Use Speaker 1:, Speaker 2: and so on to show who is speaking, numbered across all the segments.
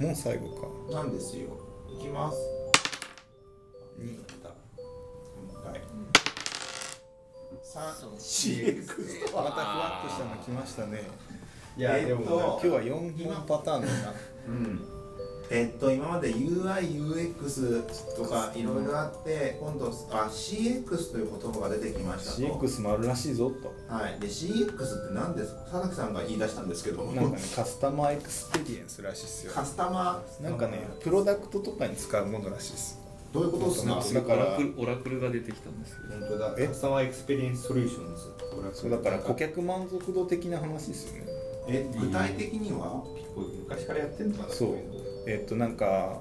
Speaker 1: もう最後か
Speaker 2: なんですよ。いきます。二だった。もう一回。三。
Speaker 1: CX またふわっとしたの来ましたねいや、
Speaker 2: えっと
Speaker 1: でも今日は4本パターンだな
Speaker 2: うん。えっと今まで UI、UX とかいろいろあって、今度あ CX という言葉が出てきましたと。
Speaker 1: CX もあるらしいぞと
Speaker 2: はい。で CX って何ですか。佐々木さんが言い出したんですけど。
Speaker 1: なんかねカスタマーエクスペリエンスらしいっすよ
Speaker 2: カスタマー。
Speaker 1: なんかねプロダクトとかに使うものらしいっす
Speaker 2: どういうことです
Speaker 1: なん
Speaker 2: か
Speaker 1: か。だから
Speaker 3: オラクルオラクルが出てきたんですけど
Speaker 4: 本当だ
Speaker 1: え
Speaker 4: カスタマーエクスペリエンスソリューションズこれは
Speaker 1: そうだから顧客満足度的な話ですよね
Speaker 2: え具体的には。
Speaker 4: 昔からやってんのかな
Speaker 1: そう
Speaker 4: こいうの
Speaker 1: えっとなんか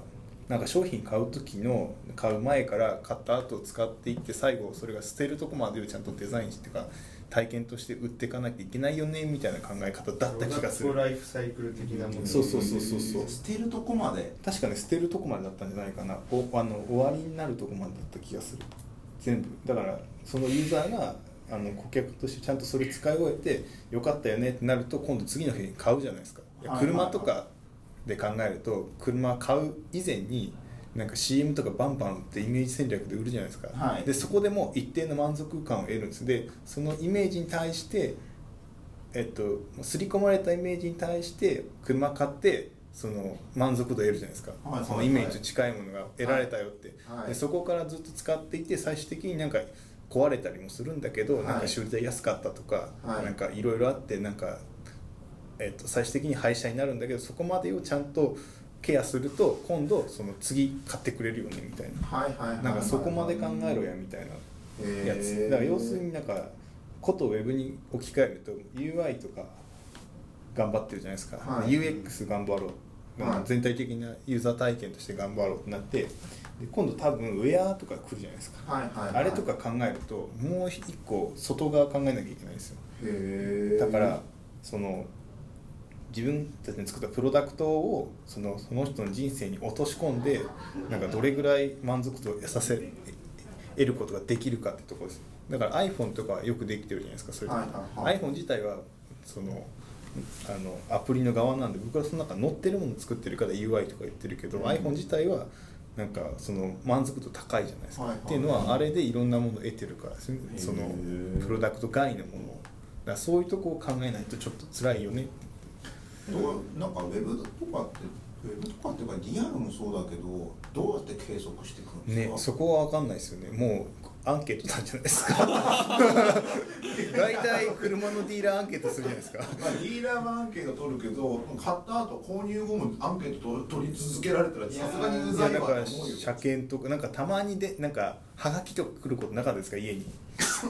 Speaker 1: なんか商品買う時の買う前から買った後使っていって最後それが捨てるとこまでをちゃんとデザインしてか体験として売っていかなきゃいけないよねみたいな考え方だった気がす
Speaker 4: プロダクト
Speaker 1: る
Speaker 4: ライフサイクル的なもの
Speaker 1: そうそうそうそうそう
Speaker 2: 捨てるとこまで。
Speaker 1: 確かね捨てるとこまでだったんじゃないかなおあの終わりになるとこまでだった気がする全部だからそのユーザーがあの顧客としてちゃんとそれ使い終えてよかったよねってなると今度次の日に買うじゃないですかいや
Speaker 2: はいはいはい
Speaker 1: 車とかで考えると車買う以前になんか CM とかバンバン売ってイメージ戦略で売るじゃないですか、
Speaker 2: はい
Speaker 1: でそこでもう一定の満足感を得るんですでそのイメージに対してえっと、刷り込まれたイメージに対して車買ってその満足度得るじゃないですか、
Speaker 2: はい
Speaker 1: そのイメージと近いものが得られたよって、
Speaker 2: はい
Speaker 1: でそこからずっと使っていて最終的になんか壊れたりもするんだけど、
Speaker 2: はい
Speaker 1: なんか修理代安かったとか、
Speaker 2: はい
Speaker 1: なんかいろいろあってなんか、えっと、最終的に廃車になるんだけどそこまでをちゃんとケアすると今度その次買ってくれるよねみたいな
Speaker 2: はいはいはいはい。
Speaker 1: なんかそこまで考えろやみたいな。や
Speaker 2: へ
Speaker 1: つ
Speaker 2: ー
Speaker 1: だから要するになんかことをウェブに置き換えると UI とか頑張ってるじゃないですか、
Speaker 2: はい
Speaker 1: UX 頑張ろう、
Speaker 2: はい
Speaker 1: 全体的なユーザー体験として頑張ろうってなってで今度多分ウェアとか来るじゃないですか、
Speaker 2: はいはいはい、
Speaker 1: あれとか考えるともう一個外側考えなきゃいけないんですよ
Speaker 2: へー
Speaker 1: だからその自分たちの作ったプロダクトをそのその人の人生に落とし込んでなんかどれぐらい満足度を得させ得ることができるかってところですだから iPhone とかはよくできてるじゃないですかそれ、
Speaker 2: はいはいはい
Speaker 1: iPhone 自体はそのあのアプリの側なんで僕はその中乗ってるもの作ってるから UI とか言ってるけど、
Speaker 2: うん
Speaker 1: iPhone 自体はなんかその満足度高いじゃないですか、
Speaker 2: はいはい
Speaker 1: っていうのはあれでいろんなものを得てるからですね
Speaker 2: へー
Speaker 1: そのプロダクト外のものをだからそういうとこを考えないとちょっと辛いよね
Speaker 2: どうなんかウェブとかってウェブとかっていうかリアルもそうだけどどうやって計測していくんです
Speaker 1: ね
Speaker 2: か、
Speaker 1: そこは分かんないですよねもうアンケートなんじゃないです か大体車のディーラーアンケートするじゃないですか
Speaker 2: まあ、ディーラーはアンケート取るけど買った後購入後もアンケート取り続けられたらさすがにう
Speaker 1: い
Speaker 2: ざ
Speaker 1: や
Speaker 2: い
Speaker 1: だ
Speaker 2: わ
Speaker 1: から
Speaker 2: と思うよ
Speaker 1: 車検とかなんかたまにでなんかはがきとか来ることなかったですか家に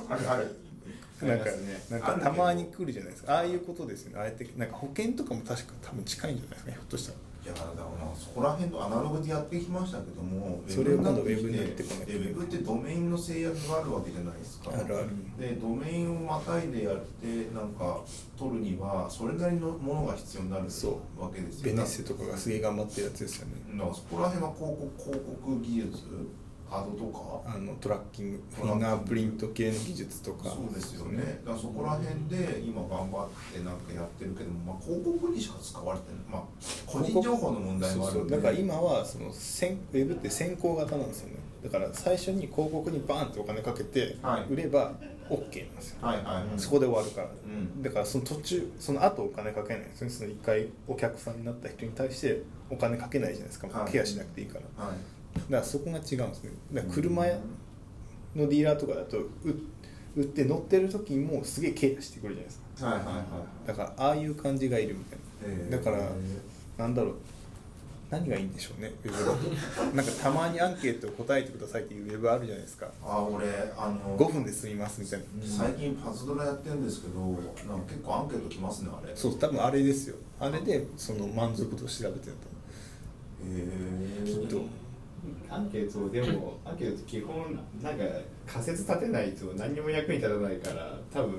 Speaker 2: あれあれ
Speaker 1: なん
Speaker 4: あ
Speaker 1: か
Speaker 4: りますね
Speaker 1: なん
Speaker 2: あ
Speaker 1: か
Speaker 2: るけ
Speaker 1: た
Speaker 2: ど
Speaker 1: まに来るじゃないですかああいうことですよねああやってなんか保険とかも確か多分近いんじゃないですかひょっとしたら
Speaker 2: いやだからなそこら辺とアナログでやってきましたけども
Speaker 1: それを今度
Speaker 2: て
Speaker 1: ウェブにやってこないと
Speaker 2: でウェブってドメインの制約があるわけじゃないですか
Speaker 1: あるある
Speaker 2: でドメインをまたいでやってなんか取るにはそれなりのものが必要になる
Speaker 1: そ
Speaker 2: わけですよ
Speaker 1: ベネッセとかがすげえ頑張ってるやつですよね
Speaker 2: だからそこら辺は広告広告技術アドとか
Speaker 1: あのトラッキングフィンガープリント系の技術とか
Speaker 2: そうですよねだからそこら辺で今頑張ってなんかやってるけども、まあ、広告にしか使われてないまあ個人情報の問題
Speaker 1: そ
Speaker 2: もあ
Speaker 1: うそ
Speaker 2: るん
Speaker 1: う
Speaker 2: で
Speaker 1: だから今はその先ウェブって先行型なんですよねだから最初に広告にバーンってお金かけて
Speaker 2: はい
Speaker 1: 売れば OK なんですよ、
Speaker 2: はいはい、はい、
Speaker 1: そこで終わるから、
Speaker 2: うん
Speaker 1: だからその途中その後お金かけないんですよねその一回お客さんになった人に対してお金かけないじゃないですか、
Speaker 2: はい
Speaker 1: ケアしなくていいからだ
Speaker 2: はい
Speaker 1: からそこが違うんですねだから車のディーラーとかだとう売って乗ってる時にもうすげえケアしてくるじゃないですか
Speaker 2: はいはいはい
Speaker 1: だからああいう感じがいるみたい
Speaker 2: え
Speaker 1: な
Speaker 2: ー
Speaker 1: だからなんだろう何がいいんでしょうねウェブだとなんかたまにアンケートを答えてくださいっていうウェブあるじゃないですか
Speaker 2: あ俺あの
Speaker 1: 5分で済みますみたいな
Speaker 2: 最近パズドラやってるんですけどなんか結構アンケート来ますねあれ
Speaker 1: そう多分あれですよあれでその満足度を調べてる
Speaker 2: へえ
Speaker 1: ときっと
Speaker 4: アンケートでもアンケートって基本なんか仮説立てないと何にも役に立たないから多分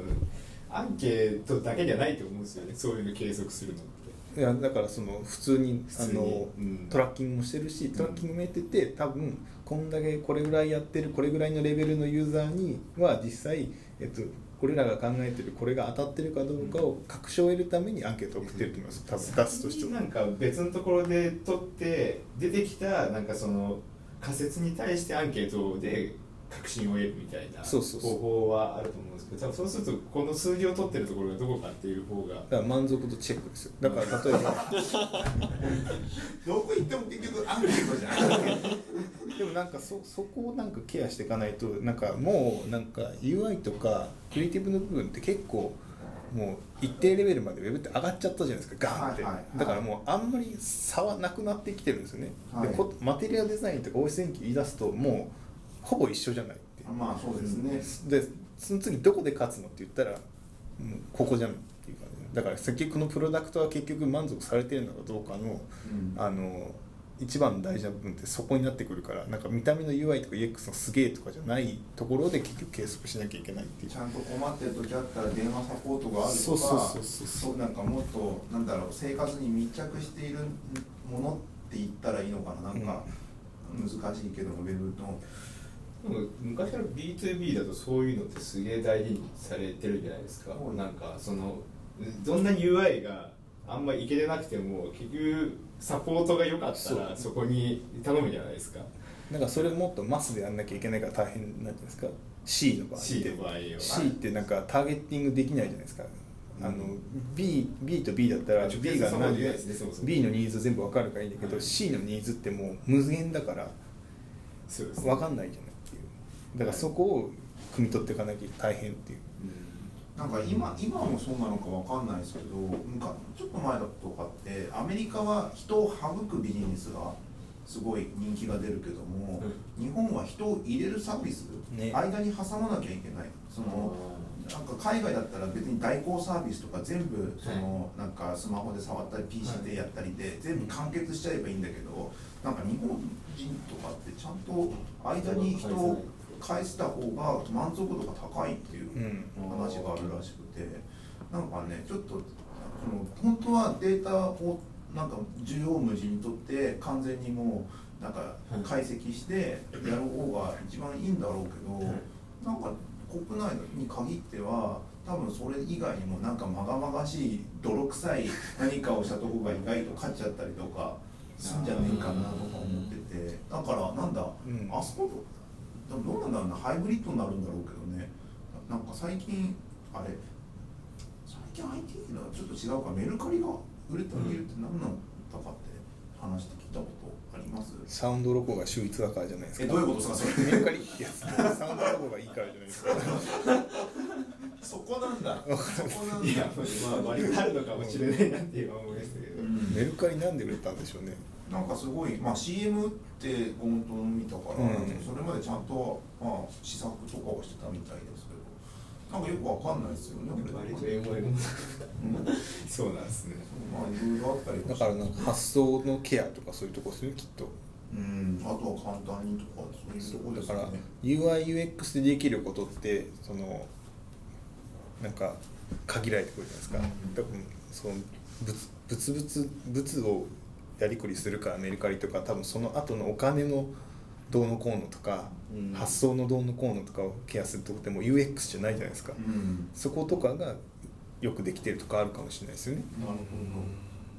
Speaker 4: アンケートだけじゃないと思うんですよねそういうの計測するのって。
Speaker 1: いやだからその普通に
Speaker 4: 普通に
Speaker 1: あの、
Speaker 4: うん
Speaker 1: トラッキングもしてるしトラッキングもやってて多分こんだけこれぐらいやってるこれぐらいのレベルのユーザーには実際、えっと、俺らが考えてるこれが当たってるかどうかを確証を得るためにアンケートを送ってると思います多分出すとして
Speaker 2: な
Speaker 1: も
Speaker 2: んか別のところで取って出てきたなんかその仮説に対してアンケートで確信を得るみたいな
Speaker 1: そう
Speaker 2: 方
Speaker 1: そうそう
Speaker 2: 法はあると思うんですけど多分そうするとこの数字を取ってるところがどこかっていう方が
Speaker 1: だから満足度チェックですよだから例えば
Speaker 5: どこ行っても結局アンケートじゃない
Speaker 1: でもなんかそそこをなんかケアしていかないとなんかもうなんか UI とかクリエイティブの部分って結構もう一定レベルまでウェブって上がっちゃったじゃないですかガーンって、
Speaker 5: はいはいはい
Speaker 1: だからもうあんまり差はなくなってきてるんですよね、
Speaker 5: はい
Speaker 1: でこマテリアルデザインとか OS 電気言い出すともうほぼ一緒じゃないって
Speaker 5: まあそうですね、
Speaker 1: でその次どこで勝つのって言ったらもうここじゃんっていう感じだから結局このプロダクトは結局満足されてるのかどうかの
Speaker 5: うん
Speaker 1: あの一番の大事な部分ってそこになってくるからなんか見た目の UI とか EX のすげえとかじゃないところで結局計測しなきゃいけないっていう
Speaker 5: ちゃんと困ってる時あったら電話サポートがあるとか
Speaker 1: そうそうそうそう
Speaker 5: そうなんかもっとなんだろう生活に密着しているものって言ったらいいのかななんか難しいけどもウェブの
Speaker 2: でも昔から B2B だとそういうのってすげえ大事にされてるじゃないですか、
Speaker 5: うん
Speaker 2: なんかそのどんなに UI があんまいけてなくても結局サポートが良かったらそこに頼むじゃないですか
Speaker 1: なんかそれもっとマスでやんなきゃいけないから大変なんじゃないですか C の場合って
Speaker 2: C の場合は
Speaker 1: C ってなんかターゲッティングできないじゃないですか、あの
Speaker 5: うん
Speaker 1: B, B と B だったら
Speaker 2: 直接
Speaker 1: B が
Speaker 2: そんなこと
Speaker 1: 何
Speaker 2: 言えない
Speaker 1: で
Speaker 2: ですねそもそも
Speaker 1: B のニーズ全部わかるからいいんだけど、
Speaker 2: はい
Speaker 1: C のニーズってもう無限だから
Speaker 2: そうです
Speaker 1: わかんないじゃないっていうだからそこを汲み取っていかなきゃ大変っていう
Speaker 5: なんか今今もそうなのかわかんないですけど昔ちょっと前だとかってアメリカは人を省くビジネスがすごい人気が出るけども、日本は人を入れるサービス、
Speaker 1: ね
Speaker 5: 間に挟まなきゃいけないそのなんか海外だったら別に代行サービスとか全部その、なんかスマホで触ったり PC でやったりで全部完結しちゃえばいいんだけどなんか日本人とかってちゃんと間に人を返した方が満足度が高いっていう
Speaker 1: うん
Speaker 5: 話があるらしくてなんかねちょっとその本当はデータをなんか縦横無尽にとって完全にもうなんか解析してやる方が一番いいんだろうけど、なんか国内に限っては多分それ以外にもなんかまがまがしい泥臭い何かをしたとこが意外と勝っちゃったりとかすんじゃねえかなとか思っててだからなんだ、
Speaker 1: うん
Speaker 5: あそこでもどうなんだろうなハイブリッドになるんだろうけどねななんか最近あれ最近 IT のはちょっと違うかメルカリが売れてみるって何なのだかって話して聞いたことあります
Speaker 1: サウンドロゴが秀逸だからじゃないですか
Speaker 5: えどういうことですかそれ
Speaker 1: メルカリってやつサウンドロゴがいいからじゃないですか
Speaker 5: そこなんだそこなん
Speaker 2: いやまあ割とあるのかもしれないなって今思いましたけど、
Speaker 5: うん
Speaker 1: メルカリなんで売れたんでしょうね
Speaker 5: なんかすごい、まあ、CM って本当に見たから、
Speaker 1: うん
Speaker 5: それまでちゃんと、まあ、試作とかをしてたみたいですけどなんかよくわかんないですよね。
Speaker 2: 割
Speaker 5: ことれ
Speaker 2: 英
Speaker 5: うん
Speaker 2: 語英語そうなんですね
Speaker 5: まあ、いろいろあったりも
Speaker 1: だ
Speaker 5: し
Speaker 1: からなんか発想のケアとかそういうとこですよねきっと
Speaker 5: うん、あとは簡単にとかそういうとこで
Speaker 1: だ
Speaker 5: す
Speaker 1: か
Speaker 5: よ
Speaker 1: ら
Speaker 5: ね。
Speaker 1: UIUX でできることってそのなんか限られてくるじゃない
Speaker 5: うん
Speaker 1: ですか、多分その物物物物をやりくりするからメルカリとか多分その後のお金のどうのこうのとか、
Speaker 2: うん
Speaker 1: 発想のどうのこうのとかをケアするとこってもう UX じゃないじゃないですか、
Speaker 5: うん
Speaker 1: そことかがよくできてるとかあるかもしれないですよね
Speaker 5: なるほ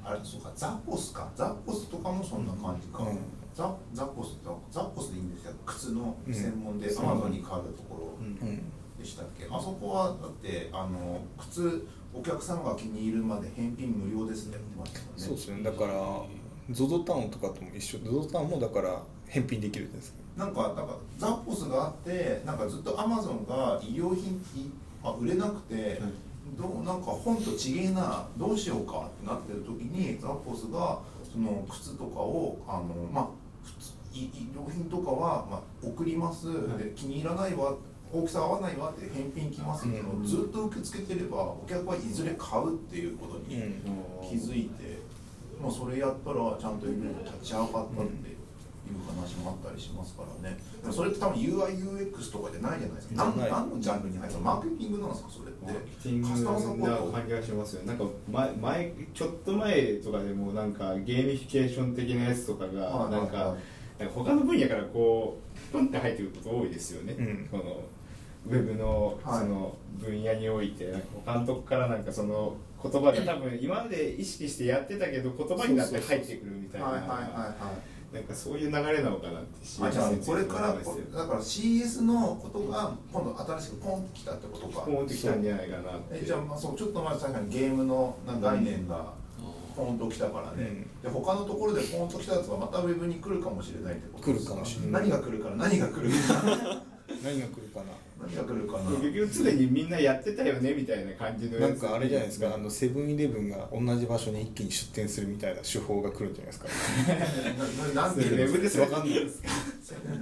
Speaker 5: ど。あれ、そうか、ザポスか。ザポスとかもそんな感じか。
Speaker 1: うん
Speaker 5: ザザポスって、ザポスでいいんですよ。靴の専門で
Speaker 1: うん
Speaker 5: アマゾンに買うところ。
Speaker 2: うん
Speaker 5: でしたっけあそこはだってあの靴お客様が気に入るまで返品無料ですねって言ってました
Speaker 1: そう
Speaker 5: よ
Speaker 1: で
Speaker 5: ね
Speaker 1: すねだから ZOZO タウンとかとも一緒 ZOZO タウンもだから返品できるじゃないですか
Speaker 5: なんかなんかザポスがあってなんかずっとアマゾンが医療品いあ売れなくて、どうなんか本とちげえなどうしようかってなってる時にザポスがその靴とかをあのまあ靴医医療品とかは、まあ、送ります、
Speaker 2: はい
Speaker 5: で気に入らないわ大きさ合わないわって返品来ますけど、
Speaker 1: うん
Speaker 5: ずっと受け付けてればお客はいずれ買うっていうことに、
Speaker 1: うん
Speaker 5: 気づいて、まあ、それやったらちゃんと夢に立ち上がったっていう話もあったりしますからね、でもそれって多分 UIUX とかじゃないじゃないですか
Speaker 1: じゃ
Speaker 5: 何
Speaker 1: ない
Speaker 5: 何のジャンルに入るのマーケティングなんですかそれ
Speaker 2: マー
Speaker 5: っ
Speaker 2: ケティン
Speaker 5: てカスタマーサポ
Speaker 2: グな
Speaker 5: ート
Speaker 2: 感じがしますよねなんか前前ちょっと前とかでもなんかゲーミフィケーション的なやつとかが
Speaker 5: はい
Speaker 2: なんか
Speaker 5: はいはい
Speaker 2: なんか他の分野からこうポンって入ってくること多いですよね、
Speaker 1: うん
Speaker 2: このウェブの
Speaker 5: はい
Speaker 2: その分野において、なんか他のとこからなんかその言葉で多分今まで意識してやってたけど言葉になって入ってくるみたいな
Speaker 5: はいはいはいはい
Speaker 2: なんかそういう流れなのかなって知
Speaker 5: あじゃあ
Speaker 2: 先生
Speaker 5: これか
Speaker 2: の
Speaker 5: ら
Speaker 2: 話で
Speaker 5: だから CS のことが今度新しくポンってきたってことか
Speaker 2: ポーンってきたんじゃないかなって
Speaker 5: えじゃあまあそうちょっと前確かにゲームのなんか概念がポンときたからね、で他のところでポンときたやつがまたウェブに来るかもしれないってことです
Speaker 1: 来るかもしれない
Speaker 5: 何が来るから何が来る
Speaker 1: 何が来
Speaker 5: か
Speaker 1: るかな
Speaker 5: な何が来るかな
Speaker 2: 結局常にみんなやってたよねみたいな感じの
Speaker 1: な
Speaker 2: や
Speaker 1: ん
Speaker 2: つ
Speaker 1: かあれじゃないですかあのセブンイレブンが同じ場所に一気に出店するみたいな手法が来るんじゃないですか
Speaker 5: なななん
Speaker 2: ウ
Speaker 5: ていうん
Speaker 2: ェブ
Speaker 5: で
Speaker 2: ですす
Speaker 1: わかんないです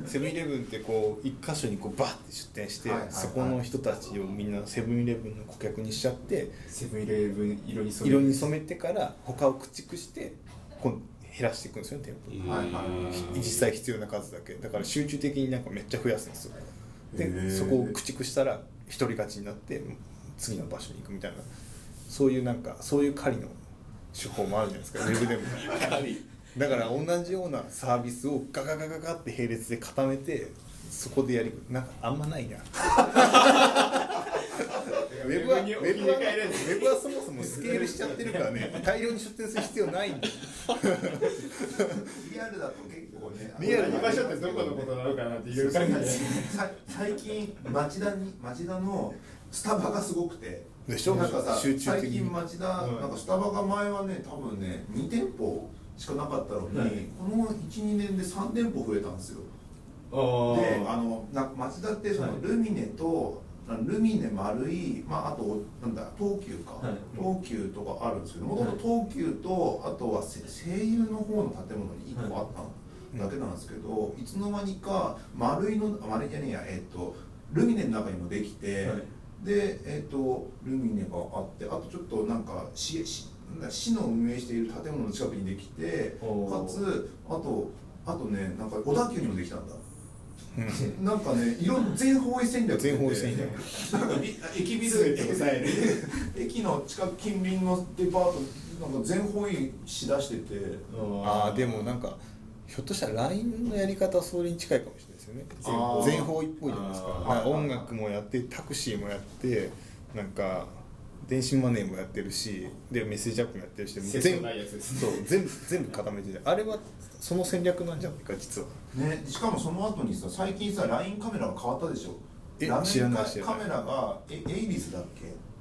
Speaker 1: セブンイレブンってこう一箇所にこうバッて出店して、
Speaker 5: はいはいはい
Speaker 1: そこの人たちをみんなセブンイレブンの顧客にしちゃって
Speaker 2: セブンイレブン色に染め
Speaker 1: 色に染めてから他を駆逐してこう減らしていくんですよね店舗
Speaker 5: はいはい
Speaker 1: 実際必要な数だけだから集中的になんかめっちゃ増やすんですよ
Speaker 5: へ
Speaker 1: で
Speaker 5: ー
Speaker 1: そこを駆逐したら一人勝ちになって次の場所に行くみたいなそういうなんかそういう狩りの手法もあるじゃないですかウェブでもだから同じようなサービスをガガガガガって並列で固めてそこでやりなんかあんまないなウェブはウ
Speaker 2: に
Speaker 1: ェ
Speaker 2: 置き
Speaker 1: ブはウ
Speaker 2: 換えられない
Speaker 1: ェブはそもそもスケールしちゃってるからね大量に出店する必要ないんで
Speaker 5: リアルだと結構ね
Speaker 2: リアルに場所ってどこのことなのかなっていろいろ考えて
Speaker 5: さ最近町田に町田のスタバがすごくて
Speaker 1: でしょ
Speaker 5: なんかさ
Speaker 1: 集中
Speaker 5: 最
Speaker 1: 的に
Speaker 5: 近町田
Speaker 2: うん
Speaker 5: なんかスタバが前はね多分ね2店舗しかなかったのに、
Speaker 2: はい
Speaker 5: この12年で3店舗増えたんですよ
Speaker 2: あ
Speaker 5: であ
Speaker 2: ー
Speaker 5: のな町田ってそ
Speaker 2: は
Speaker 5: の
Speaker 2: い
Speaker 5: ルミネと、ルミネ丸い、まあ、あとなんだ東急か、
Speaker 2: はい
Speaker 5: 東急とかあるんですけどもともと東急とあとはせ声優の方の建物に1個あったのだけなんですけど、い、つの間にか丸いのあ丸いじゃねえやえっとルミネの中にもできて、
Speaker 2: はい
Speaker 5: でえっとルミネがあってあとちょっとなんか市市なんだ市の運営している建物の近くにできて
Speaker 2: おー
Speaker 5: かつあとあとねなんか小田急にもできたんだ
Speaker 1: うん
Speaker 5: なんかね、いろんな全方位戦略って
Speaker 1: 全方位戦略
Speaker 5: なんかび駅ビ
Speaker 2: 全
Speaker 5: ル
Speaker 2: て抑え
Speaker 5: 駅の近く近隣のデパートなんか全方位しだしてて
Speaker 1: ああ
Speaker 2: ー
Speaker 1: でもなんかひょっとしたら LINE のやり方はそれに近いかもしれないですよね
Speaker 2: 全方
Speaker 5: あー
Speaker 1: 全方位っぽいじゃないですか
Speaker 2: あー
Speaker 1: なんか音楽もやってタクシーもやってなんか電子マネーもやってるしでメッセージアップもやってるし
Speaker 2: 戦
Speaker 1: 全
Speaker 2: 争ないやつです
Speaker 1: そう全部全部固めててあれはその戦略なんじゃないか実は
Speaker 5: ね、しかもその後にさ最近さ LINE カメラが変わったでしょ
Speaker 1: え
Speaker 5: ラメン
Speaker 1: 知らない知らない
Speaker 5: カメラがえエイリスだっ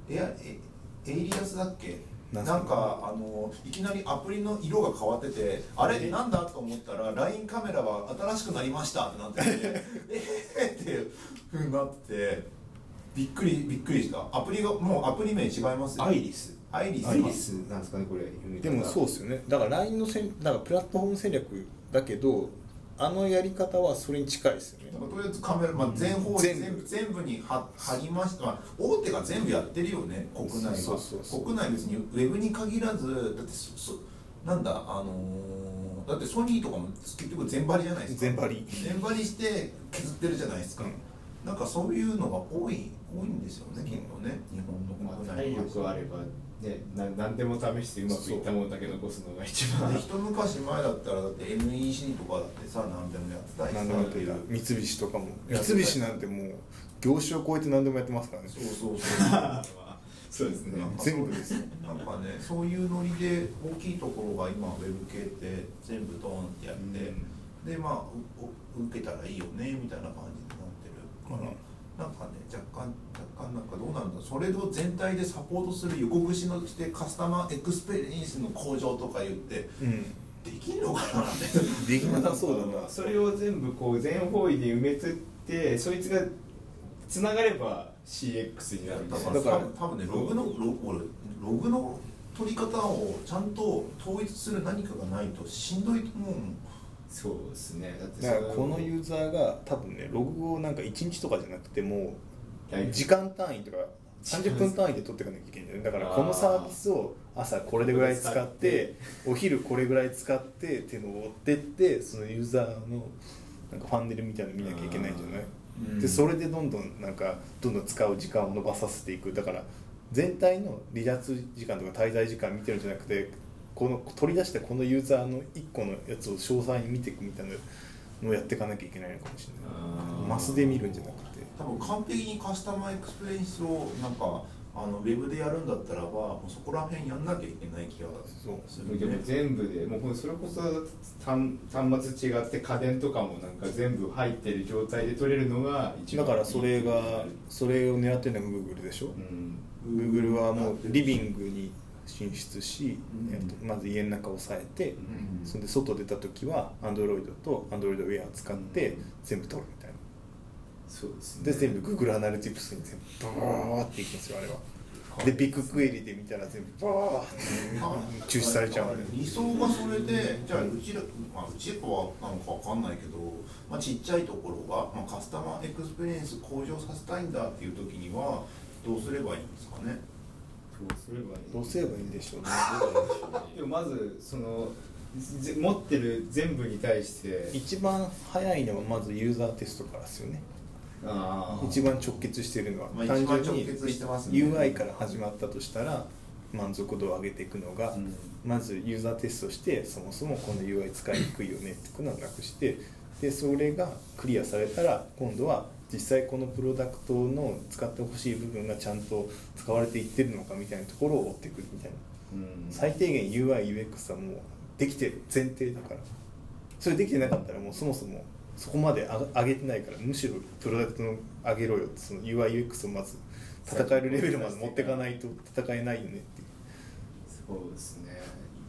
Speaker 5: けエアえエイリアスだっけ
Speaker 1: な
Speaker 5: なんん
Speaker 1: すか
Speaker 5: かあのいきなりアプリの色が変わっててあれなんだと思ったら LINE カメラは新しくなりましたってなって てえーっていうふうになっててびっくりびっくりしたアプリがもうアプリ名違いますよ
Speaker 2: アイリス
Speaker 5: アイリスか
Speaker 2: アイリスなんですかねこれ読み方
Speaker 1: でもそうですよねだから LINE のせんだからプラットフォーム戦略だけどあのやり方はそれに近いですよね
Speaker 5: なんかとりあえずカメラ、まあ、全方位
Speaker 1: 全
Speaker 5: 全
Speaker 1: 部
Speaker 5: 部全部には貼りました、まあ、大手が全部やってるよね国内は
Speaker 1: そうそうそう
Speaker 5: 国内別にウェブに限らずだってそそなんだあのーだってソニーとかも結局全張りじゃないですか
Speaker 1: 全張り
Speaker 5: 全張りして削ってるじゃないですか、
Speaker 1: うん
Speaker 5: なんかそういうのが多い多いんですよねきっとね、日
Speaker 2: ま
Speaker 5: 本の国
Speaker 2: あ
Speaker 5: 内
Speaker 2: 体
Speaker 5: の
Speaker 2: 力あればねな何でも試してうまくいったもんだけ残すのが一番
Speaker 5: で一昔前だったらだって NEC とかだってさ何でもやってたりさ
Speaker 1: 何でもやっ
Speaker 5: って
Speaker 1: て
Speaker 5: い
Speaker 1: た
Speaker 5: う
Speaker 1: 三菱とかも
Speaker 5: やってた
Speaker 1: 三菱なんてもう業種を超えて何でもやってますからね
Speaker 5: そうそうそう
Speaker 2: そうですね
Speaker 5: なんか
Speaker 1: 全部ですよ
Speaker 5: なんかねそういうノリで大きいところが今ウェブ系って全部ドーンってやって、でまあうう受けたらいいよねみたいな感じになってるから、
Speaker 1: うん
Speaker 5: なんかね若干若干なんかどうなんだそれを全体でサポートする横串のしてカスタマーエクスペリエンスの向上とか言って
Speaker 1: うん
Speaker 5: できんのかなって
Speaker 1: できなさそうだな
Speaker 2: それを全部こう全方位で埋めつってそいつがつながれば CX になるんですよ
Speaker 1: だから
Speaker 5: 多分ねログのロ俺ログの取り方をちゃんと統一する何かがないとしんどいと思うもん
Speaker 2: そうですねだって
Speaker 1: だからこのユ
Speaker 2: う
Speaker 1: ーザーが多分ねログをなんか1日とかじゃなくてもう時
Speaker 2: 時
Speaker 1: 間単位とか30分単位で取っていかなきゃいけないんだよねだからこのサービスを朝これぐらい使ってお昼これぐらい使ってっていうのを追ってってそのユーザーのなんかファンネルみたいなの見なきゃいけないんじゃない
Speaker 5: うん
Speaker 1: でそれでどんどんなんかどんどん使う時間を伸ばさせていくだから全体の離脱時間とか滞在時間見てるんじゃなくてこの取り出したこのユーザーの1個のやつを詳細に見ていくみたいなのをやっていかなきゃいけないのかもしれないマスで見るんじゃなくて
Speaker 5: 多分完璧にカスタマーエクスペリエンスをなんかあのウェブでやるんだったらばもうそこら辺やんなきゃいけない気が
Speaker 1: そう
Speaker 5: す
Speaker 2: で
Speaker 5: る
Speaker 2: も
Speaker 5: ね。
Speaker 2: 全部でもうこれそれこそ端端末違って家電とかもなんか全部入ってる状態で取れるのが一
Speaker 1: だ
Speaker 2: 番
Speaker 1: からそれがそれを狙ってるのが Google でしょ、
Speaker 2: うん、
Speaker 1: Google はもうリビングに進出し、
Speaker 5: うん
Speaker 1: えっとまず家の中を抑えて、
Speaker 5: うん
Speaker 1: それで外出た時は Android と Android ウェアを使って
Speaker 2: うん
Speaker 1: 全部取るみたいな
Speaker 2: そうですね
Speaker 1: で全部 Google アナリティクスに全部バーっていくんですよあれはでビッグクエリで見たら全部バーって抽出されちゃうんで
Speaker 5: 理想がそれでじゃあうちら、まあ、うちらはなのかわかんないけど、まあ、ちっちゃいところが、まあ、カスタマーエクスペリエンス向上させたいんだっていう時にはどうすればいいんですかね
Speaker 2: どうすればいい
Speaker 1: どうすればいいんでしょうね
Speaker 2: でもまずそのぜ持ってる全部に対して
Speaker 1: 一番早いのはまずユーザーテストからですよね
Speaker 2: あー
Speaker 1: 一番直結してるのは、
Speaker 5: まあ
Speaker 1: 単純
Speaker 5: 一番
Speaker 1: に
Speaker 5: 直結してますね
Speaker 1: UI から始まったとしたら満足度を上げていくのが、
Speaker 2: うん
Speaker 1: まずユーザーテストしてそもそもこの UI 使いにくいよねっていうのをなくしてでそれがクリアされたら今度は実際このプロダクトの使ってほしい部分がちゃんと使われていってるのかみたいなところを追ってくるみたいな
Speaker 2: うん
Speaker 1: 最低限 UIUX はもうできてる前提だからそれできてなかったらもうそもそもそこまで上が上げてないからむしろプロダクトの上げろよってその UIUX をまず戦えるレベルまで持っていかないと戦えないよねっていう
Speaker 2: そうですね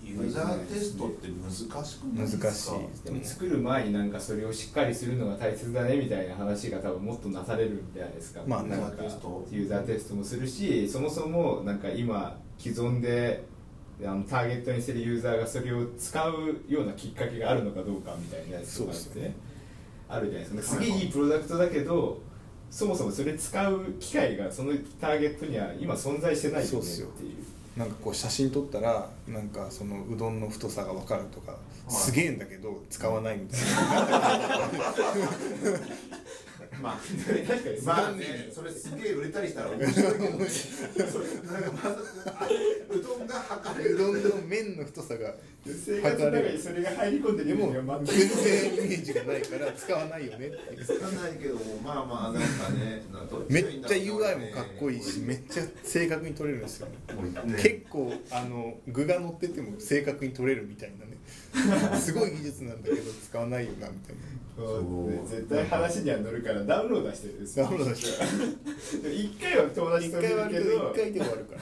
Speaker 5: ユーザーテストって難しくないですか
Speaker 1: 難しい
Speaker 2: でも作る前になんかそれをしっかりするのが大切だねみたいな話が多分もっとなされるんじゃないですか、
Speaker 1: まあ
Speaker 2: なん
Speaker 5: ユーザー
Speaker 2: か
Speaker 5: テスト
Speaker 2: ユーザーテストもするしそもそもなんか今既存であのターゲットにしてるユーザーがそれを使うようなきっかけがあるのかどうかみたいなやつとかっ
Speaker 1: そうです
Speaker 2: て、
Speaker 1: よね
Speaker 2: あるじゃないですかすげえいいプロダクトだけどそもそもそれ使う機会がそのターゲットには今存在してない
Speaker 1: そう
Speaker 2: よ
Speaker 1: っ
Speaker 2: ね
Speaker 1: すよ
Speaker 2: っていう
Speaker 1: なんかこう写真撮ったらなんかそのうどんの太さが分かるとか
Speaker 5: い
Speaker 1: すげえんだけど使わないみたいな
Speaker 5: まあ
Speaker 2: 確かに
Speaker 5: まあ ね、それすげえ売れたりしたら面白いけどねそれなんかまずあうどんが測 れ る
Speaker 1: うどんの麺の太さが
Speaker 2: 生活の中にそれが入り込んで
Speaker 1: で
Speaker 2: る
Speaker 1: も
Speaker 2: も
Speaker 1: 全
Speaker 2: ん
Speaker 1: 然イメージがないから使わないよねっていう
Speaker 5: つかないけどもまあまあなんかねなど
Speaker 1: め
Speaker 5: がいい
Speaker 1: っ
Speaker 5: んだ
Speaker 1: ちゃ
Speaker 5: ろうね
Speaker 1: UI もかっこいいしめっちゃ正確に撮れるんですよ、ね、
Speaker 5: ね
Speaker 1: 結構あの具が乗ってても正確に撮れるみたいなねすごい技術なんだけど使わないよなみたいな
Speaker 5: そう
Speaker 2: 絶対話には乗るからダウンロードはしてるんです
Speaker 1: ダウンロードして
Speaker 2: る一回は友達
Speaker 1: 一
Speaker 2: と見る
Speaker 1: 回割
Speaker 2: け
Speaker 1: る
Speaker 2: ど
Speaker 1: と一回で終わるか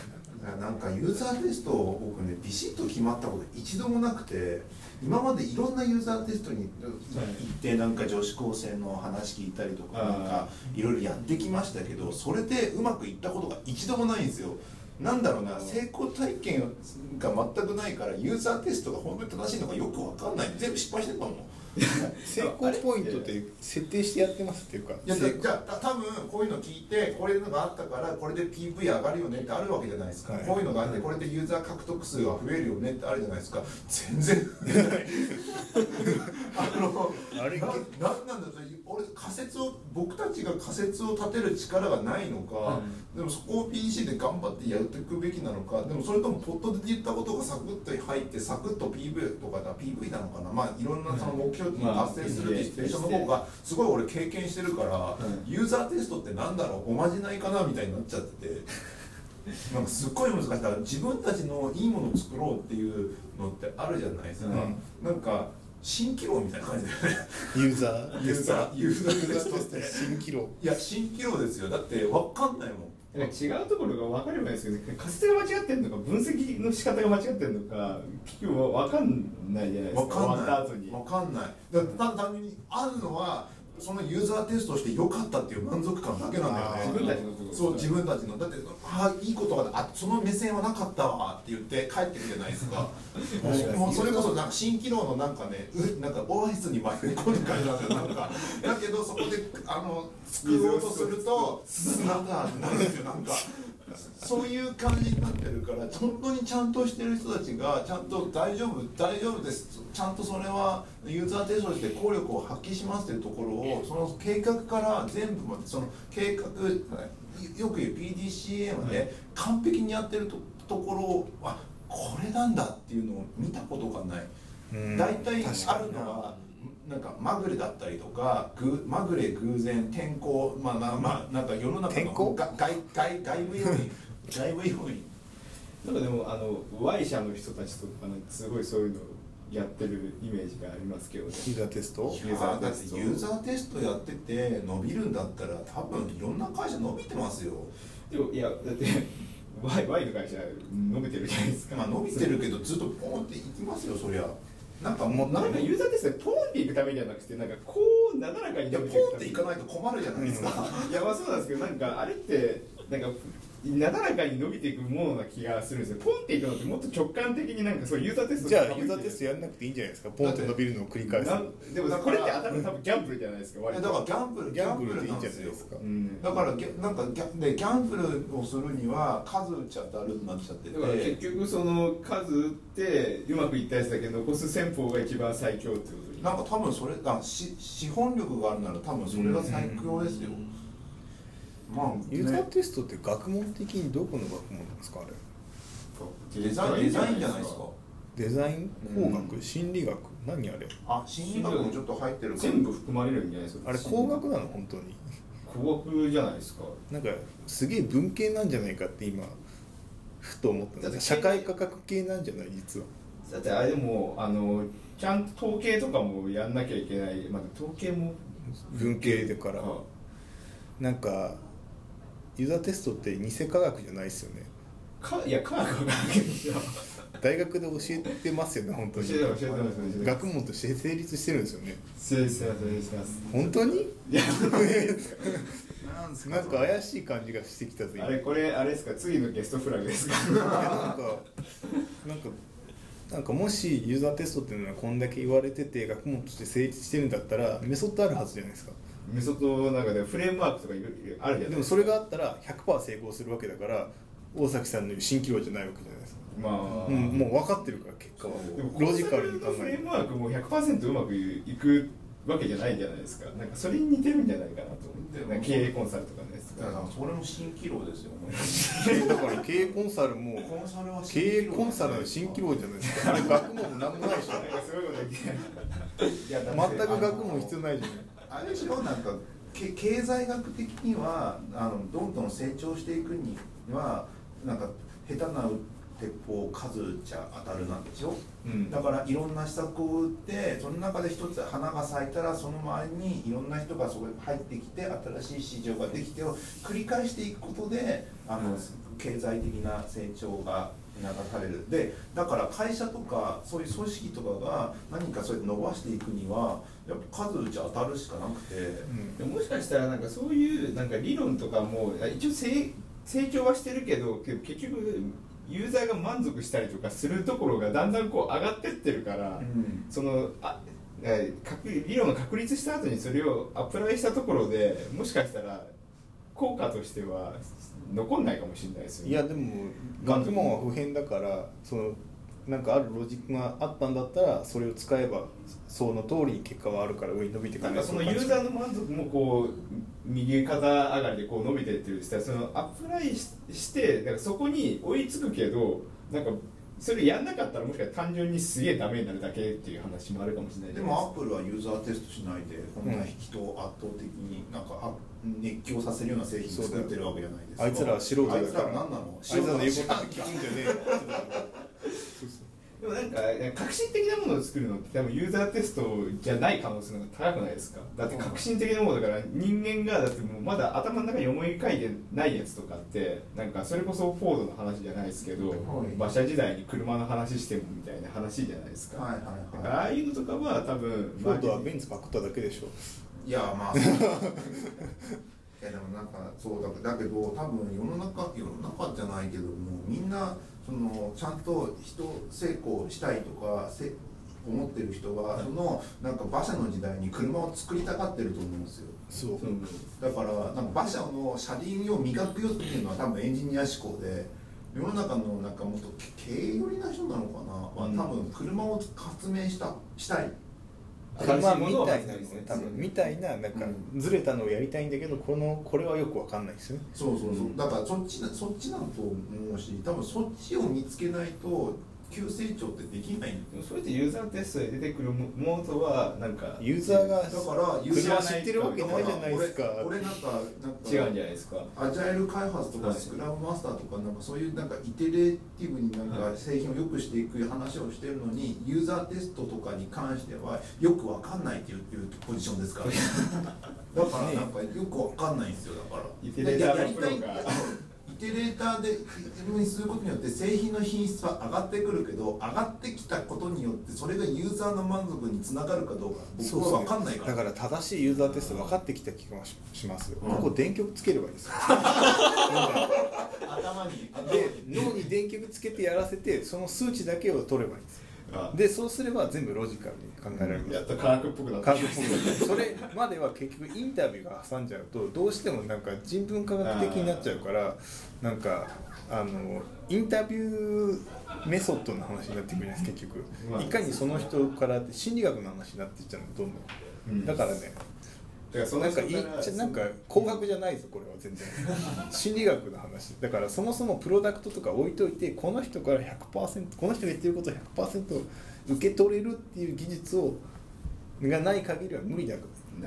Speaker 1: ら
Speaker 5: なんかユーザーテストを僕ねビシッと決まったこと一度もなくて今までいろんなユーザーテストに行ってなんか女子高生の話聞いたりとか
Speaker 2: あ
Speaker 5: な
Speaker 2: ー
Speaker 5: んかいろいろやってきましたけどそれでうまくいったことが一度もないんですよなんだろうな成功体験が全くないからユーザーテストが本当に正しいのかよくわかんない全部失敗してたもん
Speaker 1: 成功ポイントって設定してやってますっていうか
Speaker 5: いや
Speaker 1: 成
Speaker 5: だ
Speaker 1: 功
Speaker 5: じゃあた多分こういうの聞いてこれのがあったからこれで PV 上がるよねってあるわけじゃないですか、
Speaker 1: はい
Speaker 5: こういうのがあってこれでユーザー獲得数が増えるよねってあるじゃないですか全然あの
Speaker 1: あれ
Speaker 5: ななんなんだろう俺仮説を僕たちが仮説を立てる力がないのか、でもそこを PC で頑張ってやっていくべきなのかでもそれともポットで言ったことがサクッと入ってサクッと PV とかだ PV なのかなまあいろんなその目標に
Speaker 2: まあ
Speaker 5: 達成するディステーションの方がすごい俺経験してるから、
Speaker 2: う
Speaker 5: ユーザーテストってなんだろうおまじないかなみたいになっちゃって て。なんかすっごい難しいだから自分たちのいいものを作ろうっていうのってあるじゃないですか、
Speaker 1: う
Speaker 5: なんか蜃気楼みたいな感じだよね
Speaker 1: ユーザーテ
Speaker 5: ユー
Speaker 1: ス
Speaker 5: ザ
Speaker 1: ト
Speaker 5: ーユーザーテスト
Speaker 1: ユーザーテスト新機能
Speaker 5: いや蜃気楼ですよだってわかんないもん
Speaker 2: なんか違うところが分かればいいですけど仮説が間違ってるのか分析の仕方が間違ってるのか結局分かんないじゃないです
Speaker 5: わ
Speaker 2: か
Speaker 5: かん
Speaker 2: 終わ
Speaker 5: な
Speaker 2: っ
Speaker 5: い
Speaker 2: た後に
Speaker 5: わかんないだからただ単純にあるのはそのユーザーテストして良かったっていう満足感だけなんだよね
Speaker 2: 自分たちのこと
Speaker 5: そう自分たちのだってああいいことがあその目線はなかったわって言って帰ってくるじゃないですか
Speaker 1: 確かに
Speaker 5: もうそれこそなんか蜃気楼のなんかねうなんかオアシスに迷い込んで感じなんだよなんかだけどそこであの救おうとすると砂だってなるんですよなんかそういう感じになってるから本当にちゃんとしてる人たちがちゃんと大丈夫大丈夫ですちゃんとそれはユーザーテストして効力を発揮しますっていうところをその計画から全部までその計画よく言う PDCA まで完璧にやってるとところをあこれなんだっていうのを見たことがない。
Speaker 1: うん
Speaker 5: 大体
Speaker 1: 確
Speaker 5: あ
Speaker 1: か
Speaker 5: る
Speaker 1: にな
Speaker 5: のはなんかまぐれだったりとかぐまぐれ偶然天候まあまあまあなんか世の中
Speaker 1: 天
Speaker 5: の
Speaker 1: 候
Speaker 5: が外外外部要 因外部要因
Speaker 2: なんかでもあの Y 社の人たちとかのすごいそういうのをやってるイメージがありますけどね
Speaker 1: ユーザーテスト
Speaker 2: ユーザーテ
Speaker 5: だって
Speaker 2: スト
Speaker 5: ユーザーテストやってて伸びるんだったら多分いろんな会社伸びてますよ
Speaker 2: でもいやだって Y, y の会社伸びてるじゃないですか、
Speaker 5: まあ伸びてるけどずっとポンっていきますよそりゃなんかも
Speaker 1: も
Speaker 5: う
Speaker 1: っ
Speaker 5: な
Speaker 1: と
Speaker 5: ん
Speaker 2: な
Speaker 5: か
Speaker 2: んかユーザーテストでポンっていくためじゃなくてなんかこうなだらかに
Speaker 5: いや
Speaker 2: 伸
Speaker 5: ポン
Speaker 2: びていく
Speaker 5: ったて
Speaker 2: め
Speaker 5: いかないと困るじゃないですか、
Speaker 2: いやまあそうなんですけどなんかあれってなんかなだらかに伸びていくものな気がするんですよポンっていくのってもっと直感的になんかそうユーザーテスト
Speaker 1: じゃあユーザーテストやんなくていいんじゃないですかポンって伸びるのを繰り返す
Speaker 2: なでもこれって当たる多分ギャンブルじゃないですか
Speaker 5: い
Speaker 2: 割
Speaker 5: や
Speaker 2: と
Speaker 5: だからギャンブル
Speaker 1: ギャンブルでいい
Speaker 5: なん
Speaker 1: じゃ
Speaker 5: で
Speaker 1: ない
Speaker 5: すよ
Speaker 1: ですか
Speaker 2: うん
Speaker 5: だからギャなんかギャでギャンブルをするには数打っちゃってあるになっちゃってて
Speaker 2: だから結局その数打ってうまくいったやつだけ残す戦法が一番最強ってことに
Speaker 5: なんか多分それあし資本力があるなら多分それが最強ですよ、まあ、
Speaker 1: ユーザー
Speaker 5: ね、
Speaker 1: テストって学問的にどこの学問なんですかあれ
Speaker 5: デザインデザインじゃないですか
Speaker 1: デザイン工学、心理学何あれ
Speaker 5: あ心理学もちょっと入ってるから
Speaker 2: 全部含まれるんじゃないですか
Speaker 1: あれ工学なの本当に
Speaker 2: 工学じゃないですか
Speaker 1: なんかすげえ文系なんじゃないかって今ふと思ったん
Speaker 2: だ
Speaker 1: で
Speaker 2: っ
Speaker 1: す
Speaker 2: て
Speaker 1: 社会科学系なんじゃない実は
Speaker 2: だってあれでもあのちゃんと統計とかもやんなきゃいけない、まあ、統計も
Speaker 1: 文系だから、
Speaker 2: あ
Speaker 1: なんかユーザーテストって偽科学じゃないですよね
Speaker 2: かいや科学は科学でしょ
Speaker 1: 大学で教えてますよね本当
Speaker 2: 教え
Speaker 1: に
Speaker 2: てます教えてます教えてます
Speaker 1: 学問として成立してるんですよね
Speaker 2: 失礼します失礼します
Speaker 1: 本当に
Speaker 2: いや
Speaker 5: なんです
Speaker 1: なんか怪しい感じがしてきたぞ今
Speaker 2: あれこれあれですか次のゲストフラグですか
Speaker 1: いやなんかなんかなんかもしユーザーテストっていうのはこんだけ言われてて学問として成立してるんだったらメソッドあるはずじゃないですか
Speaker 2: メソッドの中でフレームワークとかいろいろあるじゃない
Speaker 1: でも
Speaker 2: です
Speaker 1: そ
Speaker 2: か
Speaker 1: れがあったら100%成功するわけだから大崎さんの言う新規郎じゃないわけじゃないですか
Speaker 2: まあ、
Speaker 1: うんもう分かってるから結果は
Speaker 2: でも
Speaker 1: ロジカルに考
Speaker 2: コンサルのフレ
Speaker 1: え
Speaker 2: ームワークも100%うまくいくわけじゃないじゃないですかなんかそれに似てるんじゃないかなと思ってなんか経営コンサルとかのやつ
Speaker 5: だからそれも新規労ですよね
Speaker 1: るだから経営コンサルも
Speaker 5: コンサルは新
Speaker 1: 経営
Speaker 5: 規労
Speaker 1: コンサルの新規郎じゃないですかあれ学問もなんもないでしょ
Speaker 2: なんかすごいこと言っていやだって
Speaker 1: 全く学問必要ないじゃない
Speaker 5: あれでしょなんかけ経済学的にはあのどんどん成長していくにはなんか下手な鉄砲を数打っちゃ当たるなんでしょ、
Speaker 2: うん
Speaker 5: だからいろんな施策を打ってその中で一つ花が咲いたらその周りにいろんな人がそこに入ってきて新しい市場ができてを繰り返していくことであ
Speaker 2: う
Speaker 5: の、
Speaker 2: ん
Speaker 5: 経済的な成長が促されるでだから会社とかそういう組織とかが何かそうやって伸ばしていくにはやっぱ数打ち当たるしかなくて、
Speaker 1: うん
Speaker 2: でももしかしたらなんかそういうなんか理論とかもあ一応成成長はしてるけどけ結局ユーザーが満足したりとかするところがだんだんこう上がってってるから、
Speaker 5: うん
Speaker 2: そのあえー確理論が確立した後にそれをアプライしたところでもしかしたら効果としては残んないかもしれないですよね。
Speaker 1: いやでも学問は普遍だからそのなんかあるロジックがあったんだったらそれを使えばその通りに結果はあるから上に伸びてい
Speaker 2: な
Speaker 1: か
Speaker 2: ん
Speaker 1: ない
Speaker 2: かそのユーザーの満足もこう右肩上がりでこう伸びてってるしたらそのアプライししてなんかそこに追いつくけどなんかそれやんなかったらもしかしたら単純にすげえダメになるだけっていう話もあるかもしれないじ
Speaker 5: で
Speaker 2: ゃない
Speaker 5: もアップルはユーザーテストしないでこんな人を圧倒的になんかあ熱狂させるような製品作ってるわけじゃないですか
Speaker 1: あいつらは素人だから
Speaker 5: あいつらは何なの
Speaker 1: あいつらの言うことって聞くんじゃねえよ
Speaker 2: でもなんか革新的なものを作るのって多分ユーザーテストじゃない可能性の方が高くないですかだって革新的なものだから人間がだってもうまだ頭の中に思い描いてないやつとかってなんかそれこそフォードの話じゃないですけど、
Speaker 5: はい
Speaker 2: 馬車時代に車の話してもみたいな話じゃないですか、
Speaker 5: はい
Speaker 2: だ
Speaker 5: はい
Speaker 2: か
Speaker 5: は
Speaker 2: らああいうのとかは多分
Speaker 1: フォードは
Speaker 2: マーケ
Speaker 1: ベンツパクっただけでしょ
Speaker 5: いいやまあそういやでもなんかそうだけだけど多分世の中世の中じゃないけどもみんなそのちゃんと人成功したいとかせ思ってる人はそのなんか馬車の時代に車を作りたがってると思うんですよ
Speaker 1: そう
Speaker 2: ティング
Speaker 5: だからなんか馬車の車輪を磨くよっていうのは多分エンジニア思考で世の中のなんかもっと経営寄りな人なのかな、
Speaker 2: うん
Speaker 5: は多分車を発明したしたい
Speaker 1: 車
Speaker 2: 新しい
Speaker 1: み
Speaker 2: ものを
Speaker 1: た
Speaker 2: 発
Speaker 1: いな
Speaker 2: 明する
Speaker 1: 多分みたいななんか
Speaker 5: うん
Speaker 1: ずれたのをやりたいんだけどこのこれはよくわかんないですよね
Speaker 5: そうそうそう、
Speaker 2: うん
Speaker 5: だからそっちなそっちなんと思うし多分そっちを見つけないと急成長ってできないんだ
Speaker 2: でもそれってユーザーテストで出てくるもものとはなんか
Speaker 1: ユーザーが
Speaker 5: だからユー
Speaker 1: 車
Speaker 5: ザ
Speaker 1: を
Speaker 5: ー
Speaker 1: 知ってるわけないじゃないですか
Speaker 5: 俺俺なんかなんか
Speaker 2: 違うんじゃないですか
Speaker 5: アジャイル開発と
Speaker 2: は
Speaker 5: か
Speaker 2: い
Speaker 5: スクラムマスターとかなんかそういうなんかイテレーティブになん
Speaker 2: は
Speaker 5: か
Speaker 2: い
Speaker 5: 製品を良くしていく話をしてるのにユーザーテストとかに関してはよくわかんないっていうっていうポジションですから だからなんかよくわかんないんですよだから
Speaker 2: イテレーターの
Speaker 5: やりたい
Speaker 2: プロが
Speaker 5: イテレーターで自分にすることによって製品の品質は上がってくるけど上がってきたことによってそれがユーザーの満足につながるかどうか
Speaker 1: そう
Speaker 5: 僕はわかんないから
Speaker 1: だから正しいユーザーテスト分かってきた気がしします、
Speaker 5: うん
Speaker 1: ここ電極つければいいですよ
Speaker 5: 頭に頭
Speaker 1: で
Speaker 5: に
Speaker 1: 脳に電極つけてやらせてその数値だけを取ればいいんですよ
Speaker 2: あ
Speaker 1: でそうすれば全部ロジカルに考えられます、
Speaker 2: やっと科学っぽくなって
Speaker 1: 科
Speaker 2: き
Speaker 1: 学
Speaker 2: まし た
Speaker 1: それまでは結局インタビューが挟んじゃうとどうしてもなんか人文科学的になっちゃうからなんかあのインタビューメソッドの話になってくるんです結局
Speaker 2: まあ
Speaker 1: いかにその人からって心理学の話になっていっちゃうのどん
Speaker 2: う
Speaker 1: どん
Speaker 2: ん
Speaker 1: だからね
Speaker 2: だからその
Speaker 1: なん
Speaker 2: 人
Speaker 1: か
Speaker 2: か
Speaker 1: い
Speaker 2: ら
Speaker 1: いちょなんか工学じゃないぞこれは全然心理学の話だからそもそもプロダクトとか置いといてこの人から100%この人が言ってることを100%受け取れるっていう技術をがない限りは無理だ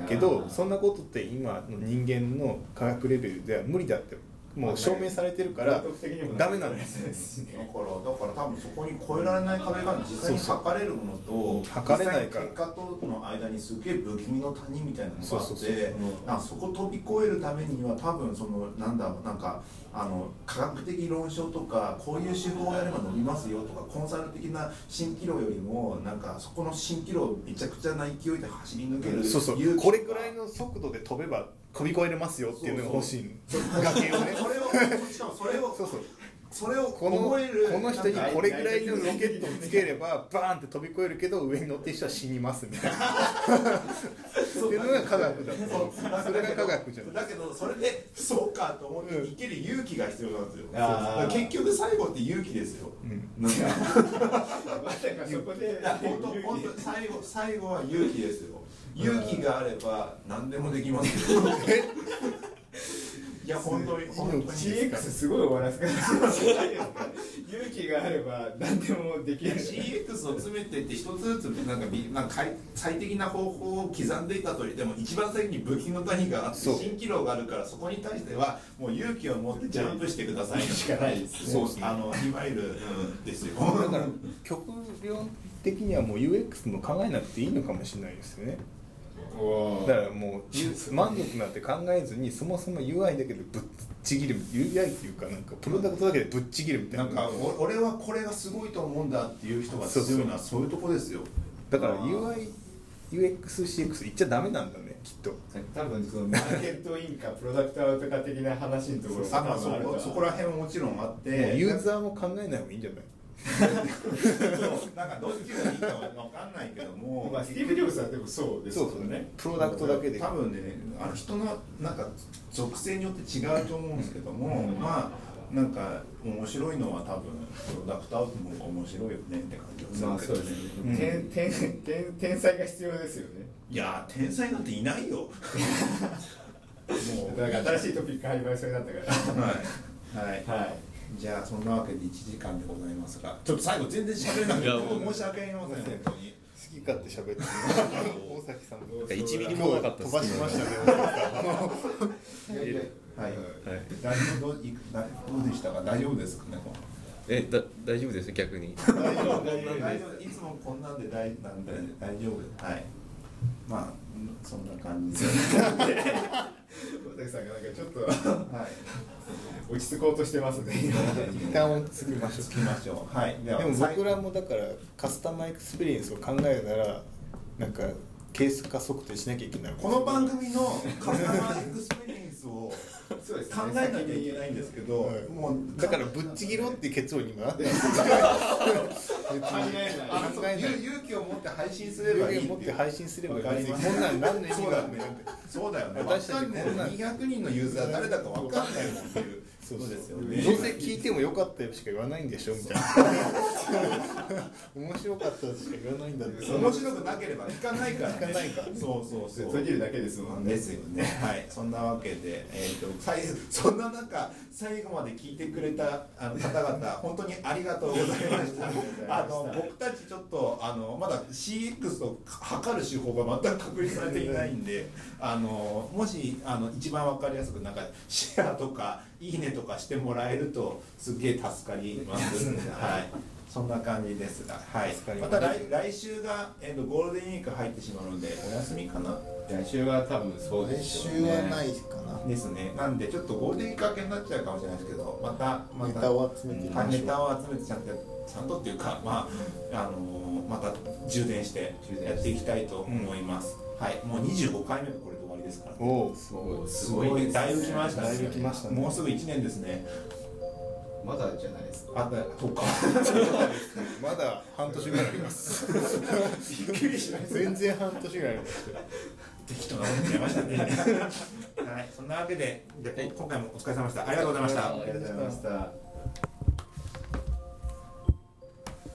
Speaker 1: け
Speaker 2: な
Speaker 1: ど
Speaker 2: あ
Speaker 1: そんなことって今の人間の科学レベルでは無理だってもう証明されてるから
Speaker 2: 道徳的にも
Speaker 1: ダメなんです
Speaker 2: よ
Speaker 5: だからだから多分そこに越えられない壁が実際に測れるもの
Speaker 1: そう
Speaker 5: と
Speaker 1: 測れないから
Speaker 5: 実際に結果との間にすげえ不気味の谷みたいなのが
Speaker 1: そう
Speaker 5: あ
Speaker 1: そう
Speaker 5: っ
Speaker 1: そう
Speaker 5: てなんかそこ飛び越えるためには多分そのなんだろうなんかあの科学的論証とかこういう手法をやれば伸びますよとかコンサル的な蜃気楼よりもなんかそこの蜃気楼をめちゃくちゃな勢いで走り抜ける
Speaker 1: そうそう
Speaker 5: 勇気
Speaker 1: これぐらいの速度で飛べば飛び越えれますよっていうのが欲しいの崖を
Speaker 5: そ
Speaker 1: ね
Speaker 5: れをしかもそれを
Speaker 1: そうそう
Speaker 5: それを
Speaker 1: この
Speaker 5: 覚える
Speaker 1: この人に
Speaker 5: なんか
Speaker 1: これぐらいのロケットをつければバーンって飛び越えるけど上に乗ってる人は死にますみたいなっていうのが科学だそれが科学じゃない
Speaker 5: だけどそれでそうかと思って
Speaker 1: うん
Speaker 5: 生きる勇気が必要なんですよ、
Speaker 2: あー
Speaker 5: そうそう結局最後って勇気ですよ、
Speaker 1: うん
Speaker 5: なんか
Speaker 2: まさかそこで
Speaker 5: いや本当本当最後最後は勇気ですよ勇気があれば何でもできますよいや本当に本当に
Speaker 2: CX すごい終わらすから勇気があれば何でもできる
Speaker 5: CX を詰めていって一つずつなんかびなんか最最適な方法を刻んでいたといっても一番先に武器の谷があって
Speaker 1: そう
Speaker 5: 蜃気楼があるからそこに対してはもう勇気を持ってジャンプしてください
Speaker 2: しかないですね
Speaker 5: そうあのいわゆる、うん、ですよ
Speaker 1: だから極論的にはもう UX も考えなくていいのかもしれないですよねだからもうゆ満足なんて考えずにそもそも UI だけでぶっちぎる UI っていうかなんかプロダクトだけでぶっちぎるみたい
Speaker 5: な
Speaker 1: なん
Speaker 5: かお俺はこれがすごいと思うんだっていう人が強いのはそういうとこですよ
Speaker 1: だから UIUXCX 言っちゃダメなんだねきっと
Speaker 2: 多分そのマーケットインかプロダクトアウトか的な話のところ
Speaker 5: だからそ
Speaker 2: 多分あるか
Speaker 5: こ
Speaker 2: ら
Speaker 5: そこら辺はもちろんあって
Speaker 1: もうユーザーも考えない方がいいんじゃない
Speaker 5: なんかどっちがいいかわかんないけども
Speaker 2: まあ、スティーブ・ジョブズはでもそうですよね
Speaker 1: プロダクトだけで
Speaker 5: 多分ねあの人のなんか属性によって違うと思うんですけども、
Speaker 2: うん
Speaker 5: まあなんか面白いのは多分プロダクトアウトの方が面白いよねって感じ
Speaker 2: ま
Speaker 5: が
Speaker 2: あ
Speaker 5: す
Speaker 2: そう
Speaker 5: るけ
Speaker 2: で
Speaker 5: ど
Speaker 2: すね、
Speaker 1: うん
Speaker 2: 天天天天才が必要ですよね
Speaker 5: いやー天才なんていないよ もう
Speaker 2: だから新しいトピック始まりそうになったか
Speaker 5: はい、はい、
Speaker 2: らはい
Speaker 5: じゃあそんなわけで1時間でございますがちょっと最後全然喋れなく
Speaker 3: い
Speaker 5: て
Speaker 3: やもう
Speaker 5: 申し訳ありません本当に
Speaker 1: 好き勝手喋ってる大崎さん
Speaker 2: どうぞ
Speaker 3: 1ミリもなかった
Speaker 1: 飛ばしましたね
Speaker 3: いやは
Speaker 5: はい
Speaker 3: い
Speaker 5: 大丈夫どういだどうでしたか大丈夫ですかね
Speaker 3: えだ大丈夫です逆に
Speaker 5: 大丈夫
Speaker 3: こんなんで
Speaker 5: 大丈夫いつもこんなんで大なんで大丈夫はいまあうんそんな感じで
Speaker 2: 大崎さんがなんかちょっ と
Speaker 5: はい
Speaker 2: 落ち着こうとしてますね今
Speaker 1: 一旦落ち着きましょ
Speaker 5: つきましょうはいで
Speaker 1: うでも僕
Speaker 5: ら
Speaker 1: らもだからカスタマーエクスペリエンスを考えるならなんかケース化測定しなきゃいけない
Speaker 5: この番組のカスタマーエクスペリエンスを
Speaker 2: そうですね
Speaker 5: 考えなきゃいけないんですけど
Speaker 1: はい
Speaker 5: もう
Speaker 1: だからぶっちぎろうっていう結論にもなってない
Speaker 2: 考えない
Speaker 5: あそう
Speaker 1: 考えない
Speaker 5: ゆ勇気を持って配信すればいい
Speaker 1: 勇
Speaker 5: って
Speaker 1: 気
Speaker 5: い
Speaker 1: を持って
Speaker 5: う
Speaker 1: 配信すればいい
Speaker 5: わかり
Speaker 1: こ
Speaker 5: ま
Speaker 1: ん
Speaker 5: す
Speaker 1: なん何の意味
Speaker 5: そう
Speaker 1: が
Speaker 5: だ
Speaker 1: あ
Speaker 5: よ
Speaker 1: るんだよ
Speaker 5: ね
Speaker 1: って
Speaker 5: そうだよね
Speaker 1: 私たち
Speaker 5: わかんね
Speaker 1: こんな
Speaker 5: 200人のユーザー誰だかわかんないもんっていう
Speaker 1: そうそうですよ
Speaker 5: ね
Speaker 1: どうせ聞いてもよかったよしか言わないんでしょみたいな面白かったしか言わないんだって
Speaker 5: 面白くなければ聞かないから、ね、
Speaker 1: 聞かないから
Speaker 5: そうそうそう
Speaker 2: 途切るだけですもんね
Speaker 5: ですよねはいそんなわけで、えー、と最そんな中最後まで聞いてくれたあの方々本当にありがとうございましたあの僕たちちょっとあのまだ CX と測る手法が全く確立されていないんであのもしあの一番わかりやすくなんかシェアとかいいねとかしてもらえるとすっげえ助かります、はいそんな感じですが、はい
Speaker 1: 助か、り
Speaker 5: ま
Speaker 1: ます
Speaker 5: た来来週が、えっとゴールデンウィーク入ってしまうのでお休みかな
Speaker 2: 来週は多分そうで
Speaker 6: 来
Speaker 2: す
Speaker 6: 週
Speaker 2: よね
Speaker 6: はないかな、
Speaker 5: ですねなんでちょっとゴールデンウィーク明けになっちゃうかもしれないですけどまたま
Speaker 6: ネ
Speaker 5: た
Speaker 6: タを集めてみ
Speaker 5: はい
Speaker 6: まし
Speaker 5: ネ
Speaker 6: ょう
Speaker 5: タを集めてちゃんとちゃんとっていうかまああのーまた充電して
Speaker 2: 充電して
Speaker 5: やっていきたいと思います、はいもう25回目のこれで終わりですから、
Speaker 1: おう
Speaker 2: すごい
Speaker 5: すごいだいぶ来ましたね
Speaker 1: だいぶ来ましたね
Speaker 5: もうすぐ1年ですね
Speaker 2: まだじゃないですか
Speaker 5: あとか
Speaker 1: まだ半年ぐらいあります
Speaker 5: びっくりしました
Speaker 1: 全然半年ぐらいあります
Speaker 5: 適当なこと言っちゃいました ねはいそんなわけでじゃあ今回もお疲れ様でしたありがとうございました
Speaker 3: ありがとうございました
Speaker 2: た